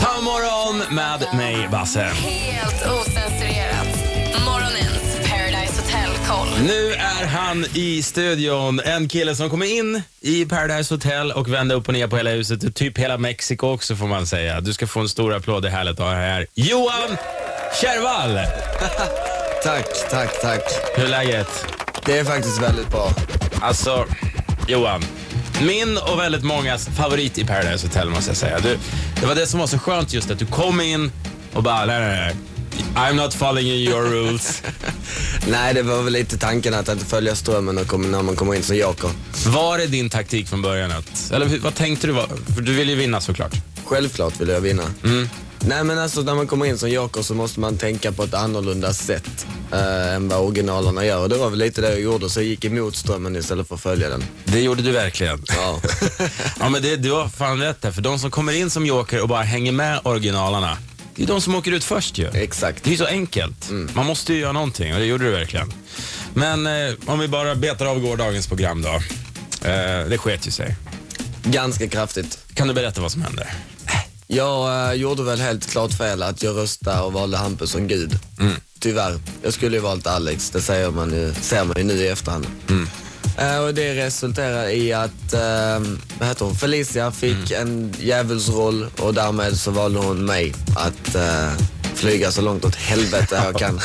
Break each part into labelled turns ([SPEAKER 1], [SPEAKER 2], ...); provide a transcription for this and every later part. [SPEAKER 1] Ta morgon med mig, Basse.
[SPEAKER 2] Helt osensurerat. Morgonens Paradise Hotel-koll.
[SPEAKER 1] Nu är han i studion. En kille som kommer in i Paradise Hotel och vänder upp och ner på hela huset. Typ hela Mexiko också får man säga. Du ska få en stor applåd. Det är härligt att ha dig här. Johan Kärvall!
[SPEAKER 3] Tack, tack, tack.
[SPEAKER 1] Hur är läget?
[SPEAKER 3] Det är faktiskt väldigt bra.
[SPEAKER 1] Alltså, Johan. Min och väldigt mångas favorit i Paradise Hotel måste jag säga. Du, det var det som var så skönt just att du kom in och bara, nej, nej, nej. I'm not following your rules.
[SPEAKER 3] Nej, det var väl lite tanken att inte följa strömmen och komma- när man kommer in som joker.
[SPEAKER 1] Var det din taktik från början? Att, eller hur- vad tänkte du? var- För du vill ju vinna såklart.
[SPEAKER 3] Självklart vill jag vinna. Nej men alltså när man kommer in som joker så måste man tänka på ett annorlunda sätt eh, än vad originalerna gör. Och det var väl lite det jag gjorde, så jag gick emot strömmen istället för att följa den.
[SPEAKER 1] Det gjorde du verkligen.
[SPEAKER 3] Ja.
[SPEAKER 1] ja, men det, du har fan rätt där. För de som kommer in som joker och bara hänger med originalarna, det är de som åker ut först ju.
[SPEAKER 3] Exakt.
[SPEAKER 1] Det är ju så enkelt. Man måste ju göra någonting och det gjorde du verkligen. Men eh, om vi bara betar av gårdagens program då. Eh, det sket ju sig.
[SPEAKER 3] Ganska kraftigt.
[SPEAKER 1] Kan du berätta vad som hände?
[SPEAKER 3] Jag eh, gjorde väl helt klart fel att jag röstade och valde Hampus som gud. Tyvärr. Jag skulle ju valt Alex, det säger man ju, ser man ju nu i efterhand. Eh, och det resulterar i att eh, vad heter hon? Felicia fick en djävulsroll och därmed så valde hon mig att eh, flyga så långt åt helvete jag kan.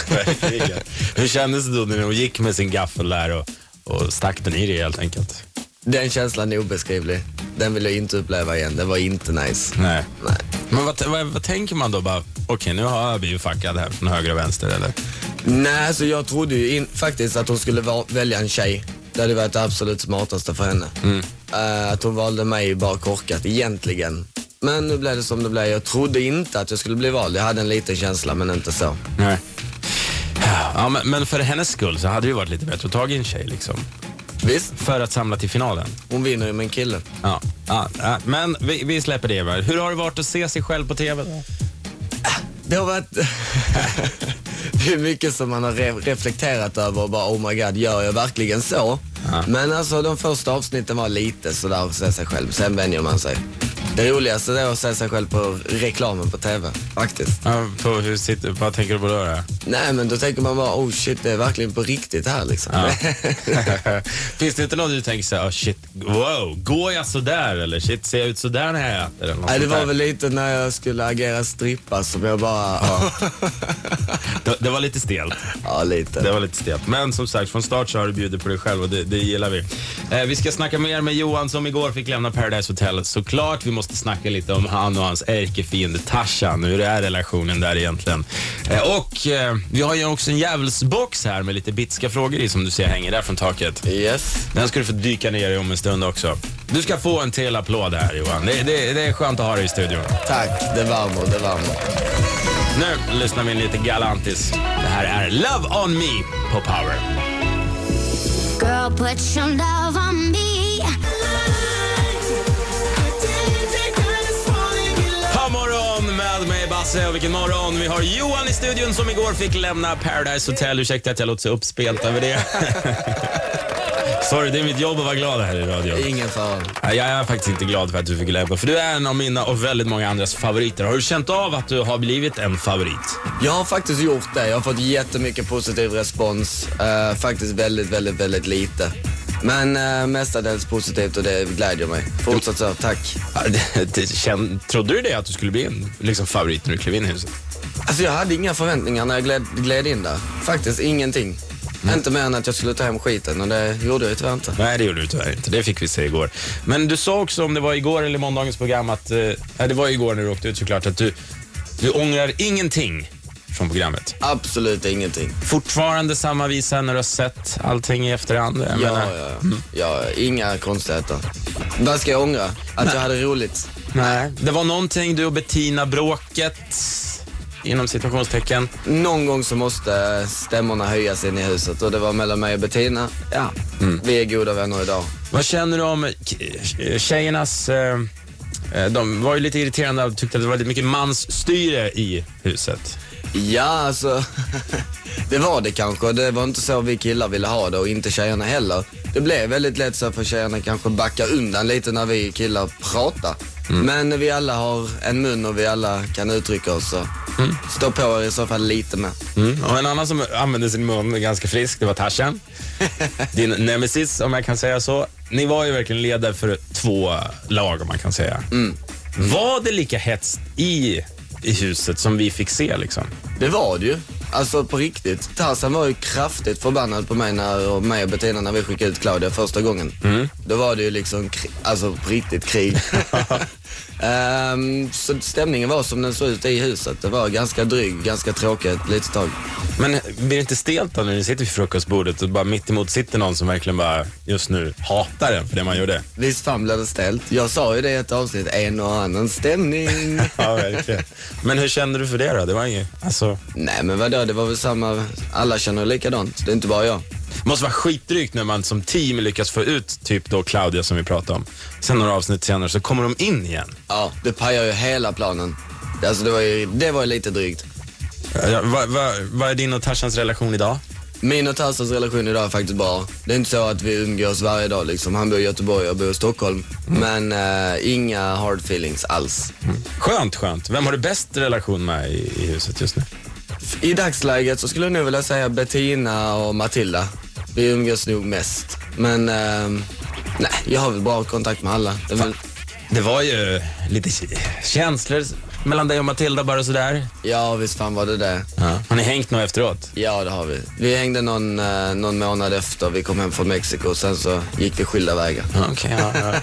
[SPEAKER 1] Hur kändes det då när hon gick med sin gaffel där och, och stack den i dig helt enkelt?
[SPEAKER 3] Den känslan är obeskrivlig. Den vill jag inte uppleva igen. Det var inte nice.
[SPEAKER 1] Nej.
[SPEAKER 3] Nej.
[SPEAKER 1] Men vad, vad, vad tänker man då? Bara, Okej, nu har jag blivit fuckad här från höger och vänster eller?
[SPEAKER 3] Nej, alltså jag trodde ju in, faktiskt att hon skulle va- välja en tjej. Det hade varit det absolut smartaste för henne. Eh, att hon valde mig bara korkat, egentligen. Men nu blev det som det blev. Jag trodde inte att jag skulle bli vald. Jag hade en liten känsla, men inte så.
[SPEAKER 1] Nej. Ja, men, men för hennes skull så hade det ju varit lite bättre att ta en tjej liksom.
[SPEAKER 3] Visst,
[SPEAKER 1] För att samla till finalen.
[SPEAKER 3] hon vinner ju med en kille.
[SPEAKER 1] Ja, ja, ja. Men vi, vi släpper det. va? Hur har det varit att se sig själv på TV? Då?
[SPEAKER 3] Det har varit... det är mycket som man har re- reflekterat över och bara oh my god, gör jag verkligen så?
[SPEAKER 1] Ja.
[SPEAKER 3] Men alltså de första avsnitten var lite sådär att se sig själv, sen vänjer man sig. Det roligaste det är att se sig själv på reklamen på TV, faktiskt.
[SPEAKER 1] Ja, på, hur sitter, vad tänker du på då? då?
[SPEAKER 3] Nej men då tänker man bara oh shit, det är verkligen på riktigt här liksom.
[SPEAKER 1] Finns det inte någon du tänker så här, oh, shit, wow, går jag sådär eller shit, ser jag ut sådär när jag äter? Eller något
[SPEAKER 3] Nej, det
[SPEAKER 1] sånt
[SPEAKER 3] var
[SPEAKER 1] där?
[SPEAKER 3] väl lite när jag skulle agera strippa som jag bara, ja,
[SPEAKER 1] det, det var lite stelt.
[SPEAKER 3] ja lite.
[SPEAKER 1] Det var lite stelt. Men som sagt, från start så har du bjudit på dig själv och det, det gillar vi. Eh, vi ska snacka mer med Johan som igår fick lämna Paradise Hotel såklart. Vi måste snacka lite om han och hans ärkefiende Tarzan. Hur är relationen där egentligen? Eh, och eh, vi har ju också en djävulsbox här med lite bitska frågor i som du ser hänger där från taket.
[SPEAKER 3] Yes.
[SPEAKER 1] Den ska du få dyka ner i om en stund också. Du ska få en till applåd här Johan. Det, det, det är skönt att ha dig i studion.
[SPEAKER 3] Tack, det värmer, det värmer.
[SPEAKER 1] Nu lyssnar vi in lite Galantis. Det här är Love On Me på Power.
[SPEAKER 4] Girl, put some love on me.
[SPEAKER 1] Ha morgon med mig Basse och vilken morgon. Vi har Johan i studion som igår fick lämna Paradise Hotel. Ursäkta att jag låter så uppspelt över det. Sorry, det är mitt jobb att vara glad här i radion.
[SPEAKER 3] Ingen fara.
[SPEAKER 1] Nej, Jag är faktiskt inte glad för att du fick lämna, för du är en av mina och väldigt många andras favoriter. Har du känt av att du har blivit en favorit?
[SPEAKER 3] Jag har faktiskt gjort det. Jag har fått jättemycket positiv respons. Eh, faktiskt väldigt, väldigt, väldigt lite. Men eh, mestadels positivt och det glädjer mig. Fortsätt så, tack.
[SPEAKER 1] Ja, det- det känn- Trodde du det att du skulle bli en liksom, favorit när du klev in i huset?
[SPEAKER 3] Alltså jag hade inga förväntningar när jag gled, gled in där. Faktiskt ingenting. Inte mer än att jag skulle ta hem skiten och det gjorde jag ju tyvärr inte.
[SPEAKER 1] Nej, det gjorde du tyvärr inte. Det fick vi se igår. Men du sa också, om det var igår eller i måndagens program, att... Eh, nej, det var igår när du åkte ut såklart, att du, du ångrar ingenting från programmet.
[SPEAKER 3] Absolut ingenting.
[SPEAKER 1] Fortfarande samma visa när du har sett allting i efterhand. Jag
[SPEAKER 3] Ja,
[SPEAKER 1] menar-
[SPEAKER 3] ja, ja. Inga konstigheter. Vad ska jag ångra? Att jag hade roligt?
[SPEAKER 1] Nej. Det var någonting, du och Bettina-bråket, inom situationstecken.
[SPEAKER 3] Någon gång så måste stämmorna höjas in i huset och det var mellan mig och Bettina. Ja, vi är goda vänner idag.
[SPEAKER 1] Vad känner du om k- tjejernas... Eh, eh, de var ju lite irriterande och tyckte att det var lite mycket mansstyre i huset.
[SPEAKER 3] Ja, alltså. Det var det kanske. Det var inte så vi killar ville ha det och inte tjejerna heller. Det blev väldigt lätt så för tjejerna kanske backa undan lite när vi killar pratar. Men vi alla har en mun och vi alla kan uttrycka oss. Så Stå på er i så fall lite med.
[SPEAKER 1] Mm. Och en annan som använde sin mun ganska frisk, det var Tarzan. Din nemesis, om jag kan säga så. Ni var ju verkligen ledare för två lag, om man kan säga. Var det lika hets i, i huset som vi fick se? Liksom?
[SPEAKER 3] Det var det ju. Alltså på riktigt. Tarzan var ju kraftigt förbannad på mig, när, och mig och Bettina när vi skickade ut Claudia första gången. Då var det ju liksom, kri- alltså på riktigt krig. Ehm, så stämningen var som den såg ut i huset. Det var ganska dryg, ganska tråkigt ett litet tag.
[SPEAKER 1] Men blir det inte stelt då när ni sitter vid frukostbordet och bara mitt emot sitter någon som verkligen bara just nu hatar en för det man gjorde?
[SPEAKER 3] Visst fan blev det ställt. Jag sa ju det i ett avsnitt, en och annan stämning.
[SPEAKER 1] Ja, verkligen. Men hur kände du för det då? Det var inget, alltså,
[SPEAKER 3] Nej men vadå, det var väl samma, alla känner likadant. Det är inte bara jag.
[SPEAKER 1] måste vara skitdrygt när man som team lyckas få ut typ då Claudia som vi pratade om. Sen några avsnitt senare så kommer de in igen.
[SPEAKER 3] Ja, det pajar ju hela planen. Alltså det var ju, det var ju lite drygt.
[SPEAKER 1] Ja, vad, vad, vad är din och Tarzans relation idag?
[SPEAKER 3] Min och Tarzans relation idag är faktiskt bra. Det är inte så att vi umgås varje dag liksom. Han bor i Göteborg och jag bor i Stockholm. Men eh, inga hard feelings alls.
[SPEAKER 1] Skönt, skönt. Vem har du bäst relation med i, i huset just nu?
[SPEAKER 3] I dagsläget så skulle jag nog vilja säga Bettina och Matilda. Vi umgås nog mest. Men eh, nej, jag har väl bra kontakt med alla. Det är väl,
[SPEAKER 1] Det var ju lite känslor mellan dig och Matilda bara sådär.
[SPEAKER 3] ja, visst fan var det det.
[SPEAKER 1] Ja. Har ni hängt något efteråt?
[SPEAKER 3] Ja, det har vi. Vi hängde någon, eh, någon månad efter vi kom hem från Mexiko och sen så gick vi skilda vägar.
[SPEAKER 1] Okej, ja, ja.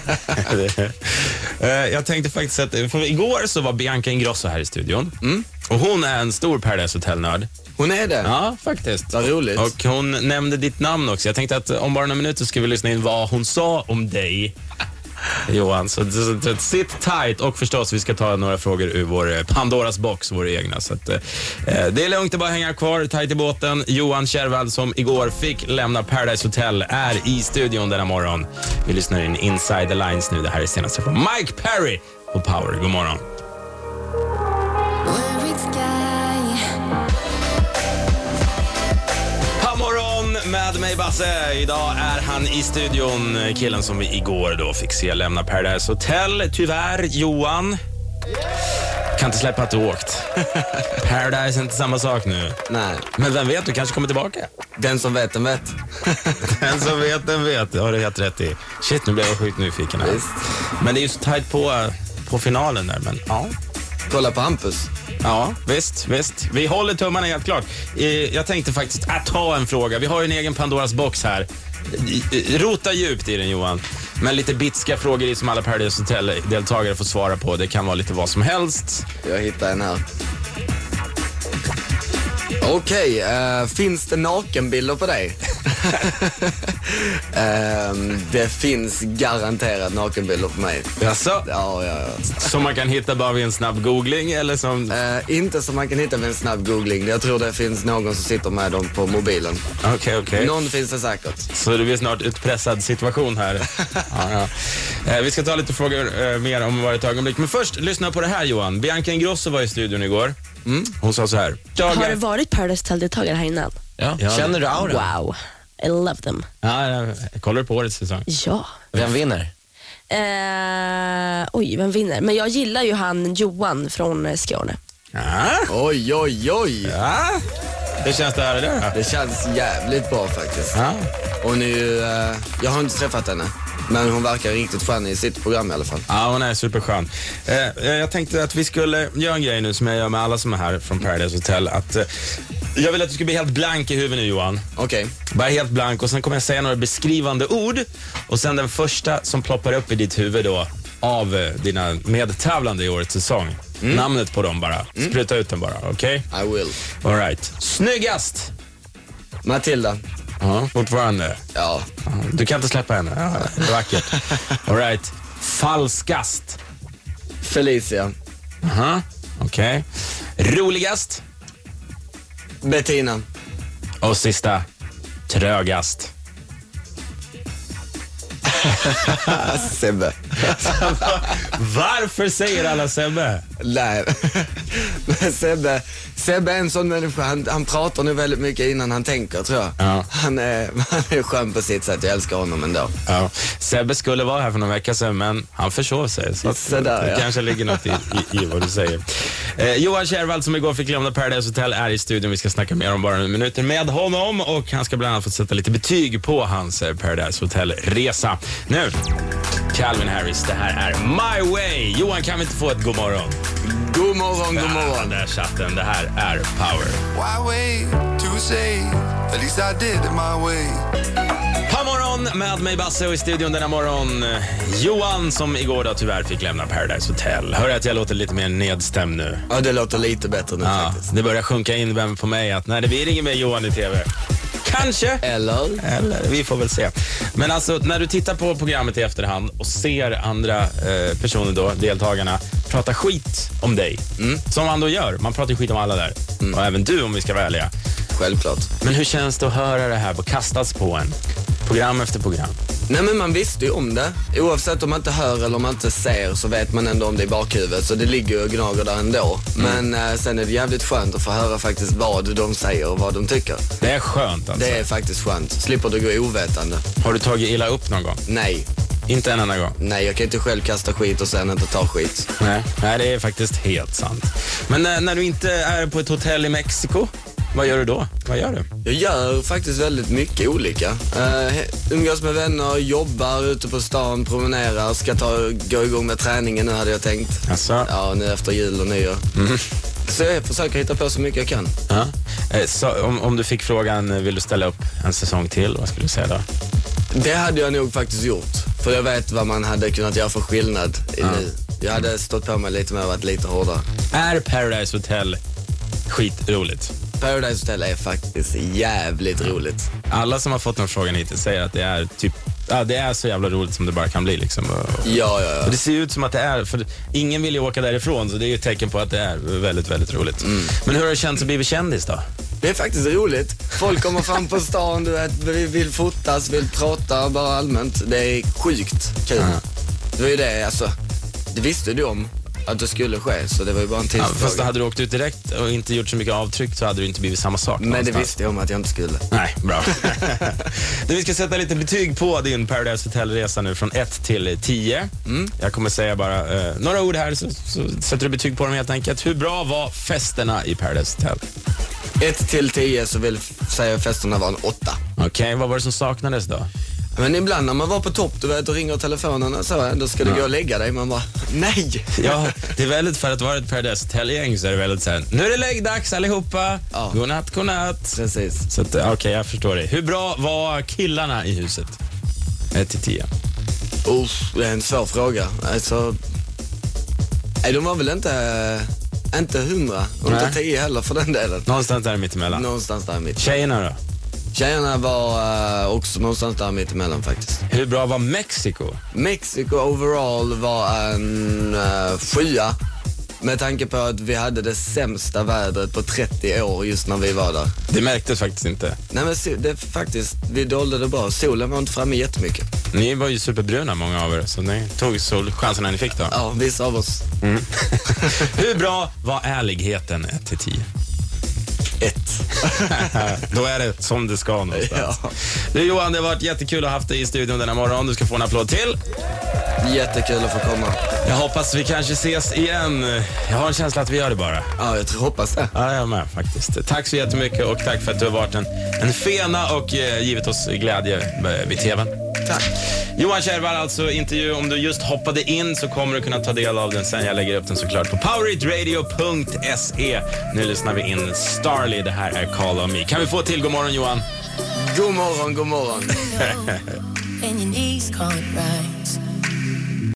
[SPEAKER 1] Det- Eh, Jag tänkte faktiskt att, för igår så var Bianca Ingrosso här i studion. Och hon är en stor Paradise Hotel-nörd.
[SPEAKER 3] Hon är det?
[SPEAKER 1] Ja, faktiskt.
[SPEAKER 3] Vad roligt.
[SPEAKER 1] Och hon nämnde ditt namn också. Jag tänkte att om bara några minuter ska vi lyssna in vad hon sa om dig. Johan, så, så, så sitt tight och förstås vi ska ta några frågor ur vår eh, Pandoras box, vår egna. Så att, eh, det är lugnt, det är bara att hänga kvar tight i båten. Johan Kärvall som igår fick lämna Paradise Hotel är i studion denna morgon. Vi lyssnar in Inside the Lines nu. Det här är senaste från Mike Perry på Power. God morgon.
[SPEAKER 4] Worried sky.
[SPEAKER 1] morgon med mig Basse. Idag är han i studion, killen som vi igår då fick se lämna Paradise Hotel. Tyvärr, Johan. Kan inte släppa att du åkt. Paradise är inte samma sak nu.
[SPEAKER 3] Nej,
[SPEAKER 1] Men vem vet, du kanske kommer tillbaka.
[SPEAKER 3] den som vet den vet.
[SPEAKER 1] Den som vet, den vet. Det har du helt rätt i. Shit, nu blev jag sjukt nyfiken här.
[SPEAKER 3] Visst.
[SPEAKER 1] Men det är ju så tajt på, på finalen där. Men, ja.
[SPEAKER 3] Kolla på Hampus.
[SPEAKER 1] Ja, visst, visst. Vi håller tummarna helt klart. Eh, Jag tänkte faktiskt att ta en fråga. Vi har ju en egen Pandoras box här. Eh, eh, Rota djupt i den Johan. Men lite bitska frågor i som alla Paradise Hotel-deltagare får svara på. Det kan vara lite vad som helst.
[SPEAKER 3] Jag hittade en här. Okej, eh, finns det nakenbilder på dig? Ehm, det finns garanterat nakenbilder på mig.
[SPEAKER 1] Jaså?
[SPEAKER 3] Ja, ja, ja.
[SPEAKER 1] Som man kan hitta bara vid en snabb googling eller som...
[SPEAKER 3] Eh, inte som man kan hitta vid en snabb googling. Jag tror det finns någon som sitter med dem på mobilen.
[SPEAKER 1] Okej, okej.
[SPEAKER 3] Någon finns det säkert.
[SPEAKER 1] Så det blir snart utpressad situation här. Ja, ja. Eh, vi ska ta lite frågor eh, mer om bara ett ögonblick. Men först, lyssna på det här Johan. Bianca Ingrosso var i studion igår. Hon sa så här.
[SPEAKER 5] Har du varit Paradise Hotel-deltagare här innan?
[SPEAKER 6] Ja.
[SPEAKER 1] Ja.
[SPEAKER 6] Känner du auran?
[SPEAKER 5] Wow, I love them.
[SPEAKER 1] Ja, ja, kollar du på årets säsong?
[SPEAKER 5] Ja.
[SPEAKER 6] Vem vinner?
[SPEAKER 5] Eh, oj, vem vinner? Men jag gillar ju han Johan från eh, Skåne.
[SPEAKER 1] Ja.
[SPEAKER 3] Oj, oj, oj.
[SPEAKER 1] ja. Hur känns det här idag då?
[SPEAKER 3] Det känns jävligt bra faktiskt.
[SPEAKER 1] Ja.
[SPEAKER 3] Hon är ju, eh, jag har inte träffat henne, men hon verkar riktigt skön i sitt program i alla fall.
[SPEAKER 1] Ja, hon är superskön. Eh, eh, jag tänkte att vi skulle göra en grej nu som jag gör med alla som är här från Paradise Hotel. Att, eh, jag vill att du ska bli helt blank i huvudet nu Johan.
[SPEAKER 3] Okej,
[SPEAKER 1] Bara helt blank och sen kommer jag säga några beskrivande ord och sen den första som ploppar upp i ditt huvud då av eh, dina medtävlande i årets säsong. Namnet på dem bara. Spruta ut den bara, okej?
[SPEAKER 3] I will.
[SPEAKER 1] All right. Snyggast!
[SPEAKER 3] Matilda.
[SPEAKER 1] Ja, fortfarande.
[SPEAKER 3] Ja,
[SPEAKER 1] Du kan inte släppa henne. Ja, det är vackert. All right. Falskast.
[SPEAKER 3] Felicia.
[SPEAKER 1] Aha, Okej. Roligast.
[SPEAKER 3] Bettina.
[SPEAKER 1] Och sista. Trögast.
[SPEAKER 3] Sebbe.
[SPEAKER 1] Ah, Varför säger alla Sebbe?
[SPEAKER 3] Nej, Men Sebbe, Sebbe är en sån människa, han, han pratar nu väldigt mycket innan han tänker tror jag.
[SPEAKER 1] Ja.
[SPEAKER 3] Han, är, han är skön på sitt sätt, jag älskar honom ändå.
[SPEAKER 1] Ja. Sebbe skulle vara här för några veckor sedan, men han försov sig. Så att
[SPEAKER 3] Sådär,
[SPEAKER 1] det
[SPEAKER 3] ja.
[SPEAKER 1] kanske ligger något i, i, i vad du säger. Eh, Johan Kärvall som igår fick lämna Paradise Hotel är i studion. Vi ska snacka mer om bara några minuter med honom och han ska bland annat få sätta lite betyg på hans eh, Paradise Hotel-resa. Nu, Calvin Harris, det här är My Way. Johan, kan vi inte få ett god morgon?
[SPEAKER 3] God morgon, god
[SPEAKER 1] Ah,
[SPEAKER 3] morgon.
[SPEAKER 1] där satt den. Det här är Power.
[SPEAKER 6] Why wait to say? At least I did it my way.
[SPEAKER 1] God morgon med mig Basse och i studion denna morgon eh, Johan som igår då tyvärr fick lämna Paradise Hotel. Hör att jag låter lite mer nedstämd nu?
[SPEAKER 3] Ja, det låter lite bättre nu
[SPEAKER 1] Ja,
[SPEAKER 3] faktiskt.
[SPEAKER 1] det börjar sjunka in vem på mig att nej, det blir ingen mer Johan i TV. Kanske.
[SPEAKER 3] Eller?
[SPEAKER 1] Eller, vi får väl se. Men alltså, när du tittar på programmet i efterhand och ser andra eh, personer, då, deltagarna, prata skit om dig. Mm. Som man då gör. Man pratar ju skit om alla där. Och även du om vi ska vara ärliga.
[SPEAKER 3] Självklart.
[SPEAKER 1] Men hur känns det att höra det här kastas på en? Program efter program.
[SPEAKER 3] Nej men man visste ju om det. Oavsett om man inte hör eller om man inte ser så vet man ändå om det i bakhuvudet. Så det ligger ju och gnager där ändå. Men eh, sen är det jävligt skönt att få höra faktiskt vad de säger och vad de tycker.
[SPEAKER 1] Det är skönt alltså.
[SPEAKER 3] Det är faktiskt skönt. Slipper du gå ovetande.
[SPEAKER 1] Har du tagit illa upp någon gång?
[SPEAKER 3] Nej,
[SPEAKER 1] Inte en enda gång.
[SPEAKER 3] nej jag kan inte själv kasta skit och sen inte ta skit.
[SPEAKER 1] Nej, Nej det är faktiskt helt sant. Men eh, när, när du inte är på ett hotell i Mexiko, vad gör du då? Vad gör du?
[SPEAKER 3] Jag gör faktiskt väldigt mycket olika. Eh, umgås med vänner, jobbar ute på stan, promenerar, ska ta, gå igång med träningen nu hade jag tänkt.
[SPEAKER 1] Alltså,
[SPEAKER 3] Ja, nu efter jul och nyår. Så jag försöker hitta på så mycket jag kan.
[SPEAKER 1] ja. Eh, så, om, om du fick frågan, eh, vill du ställa upp en säsong till? Vad skulle du säga då?
[SPEAKER 3] Det hade jag nog faktiskt gjort. För jag vet vad man hade kunnat göra för skillnad i nu. Jag hade stått på mig lite mer och varit lite hårdare.
[SPEAKER 1] Är Paradise Hotel skitroligt?
[SPEAKER 3] Paradise Hotel är faktiskt jävligt roligt.
[SPEAKER 1] Alla som har fått den frågan hittills säger att det är typ Ja, det är så jävla roligt som det bara kan bli. Liksom. Och-
[SPEAKER 3] Ja, ja,
[SPEAKER 1] Och
[SPEAKER 3] ja.
[SPEAKER 1] det ser ju ut som att det är, för ingen vill ju åka därifrån, så det är ju ett tecken på att det är väldigt, väldigt roligt. Men hur har det känts att bli kändis då?
[SPEAKER 3] Det är faktiskt roligt. Folk kommer fram på stan, du vet, vi vill fotas, vill prata, bara allmänt. Det är sjukt kul. Det var ju det, alltså. Det visste du om att det skulle ske, så det var ju bara en
[SPEAKER 1] Ja, fast då
[SPEAKER 3] tidsfråga.
[SPEAKER 1] hade du åkt ut direkt och inte gjort så mycket avtryck så hade det inte blivit samma sak.
[SPEAKER 3] Men det
[SPEAKER 1] någonstans.
[SPEAKER 3] visste jag om att jag inte skulle.
[SPEAKER 1] Nej, bra. du, vi ska sätta lite betyg på din Paradise Hotel-resa nu från 1 till 10.
[SPEAKER 3] Mm.
[SPEAKER 1] Jag kommer säga bara eh, några ord här så, så sätter du betyg på dem helt enkelt. Hur bra var festerna i Paradise Hotel?
[SPEAKER 3] 1 till 10 så vill säga festerna var en 8.
[SPEAKER 1] Okej, vad var det som saknades då?
[SPEAKER 3] Men ibland när man var på topp, du vet, och ringer telefonen och så, då ska du gå och lägga dig. Man bara, nej!
[SPEAKER 1] Ja, det är väldigt för att vara ett Paradise Hotel-gäng så är det väldigt så här, nu är det läggdags allihopa.
[SPEAKER 3] Ja.
[SPEAKER 1] Godnatt, godnatt.
[SPEAKER 3] Precis.
[SPEAKER 1] Så att, eh, okej, jag förstår dig. Hur bra var killarna i huset? 1 till 10.
[SPEAKER 3] Uff, det är en svår fråga. Alltså, nej, de var väl inte, inte hundra och
[SPEAKER 1] Nej.
[SPEAKER 3] inte tio heller för den delen.
[SPEAKER 1] Någonstans där mittemellan.
[SPEAKER 3] Någonstans där mitt.
[SPEAKER 1] Tjejerna då?
[SPEAKER 3] Tjejerna var eh, också någonstans där mitt emellan faktiskt.
[SPEAKER 1] Hur bra var Mexiko?
[SPEAKER 3] Mexico overall var en uh, sjua. Med tanke på att vi hade det sämsta vädret på 30 år just när vi var där.
[SPEAKER 1] Det märktes faktiskt inte.
[SPEAKER 3] Nej men so- det, faktiskt, vi dolde det bra. Solen var inte framme jättemycket.
[SPEAKER 1] Ni var ju superbruna många av er, så ni tog sol- chanserna ni fick då.
[SPEAKER 3] Ja, vissa av oss.
[SPEAKER 1] Hur bra var ärligheten 1 till 10?
[SPEAKER 3] Ett.
[SPEAKER 1] Då är det som det ska någonstans.
[SPEAKER 3] Ja.
[SPEAKER 1] Du Johan, det har varit jättekul att ha haft dig i studion denna morgon. Du ska få en applåd till.
[SPEAKER 3] Jättekul att få komma.
[SPEAKER 1] Jag hoppas vi kanske ses igen. Jag har en känsla att vi gör det bara.
[SPEAKER 3] Ja, jag tror, hoppas det.
[SPEAKER 1] Ja, jag med faktiskt. Tack så jättemycket och tack för att du har varit en, en fena och eh, givit oss glädje eh, vid TVn.
[SPEAKER 3] Tack.
[SPEAKER 1] Johan Kärvall, alltså intervju. Om du just hoppade in så kommer du kunna ta del av den sen. Jag lägger upp den såklart på poweritradio.se. E. Nu lyssnar vi in Starly. Det här är Call on Me. Kan vi få till god morgon Johan?
[SPEAKER 3] God morgon, god morgon.
[SPEAKER 7] and your knees can't rise.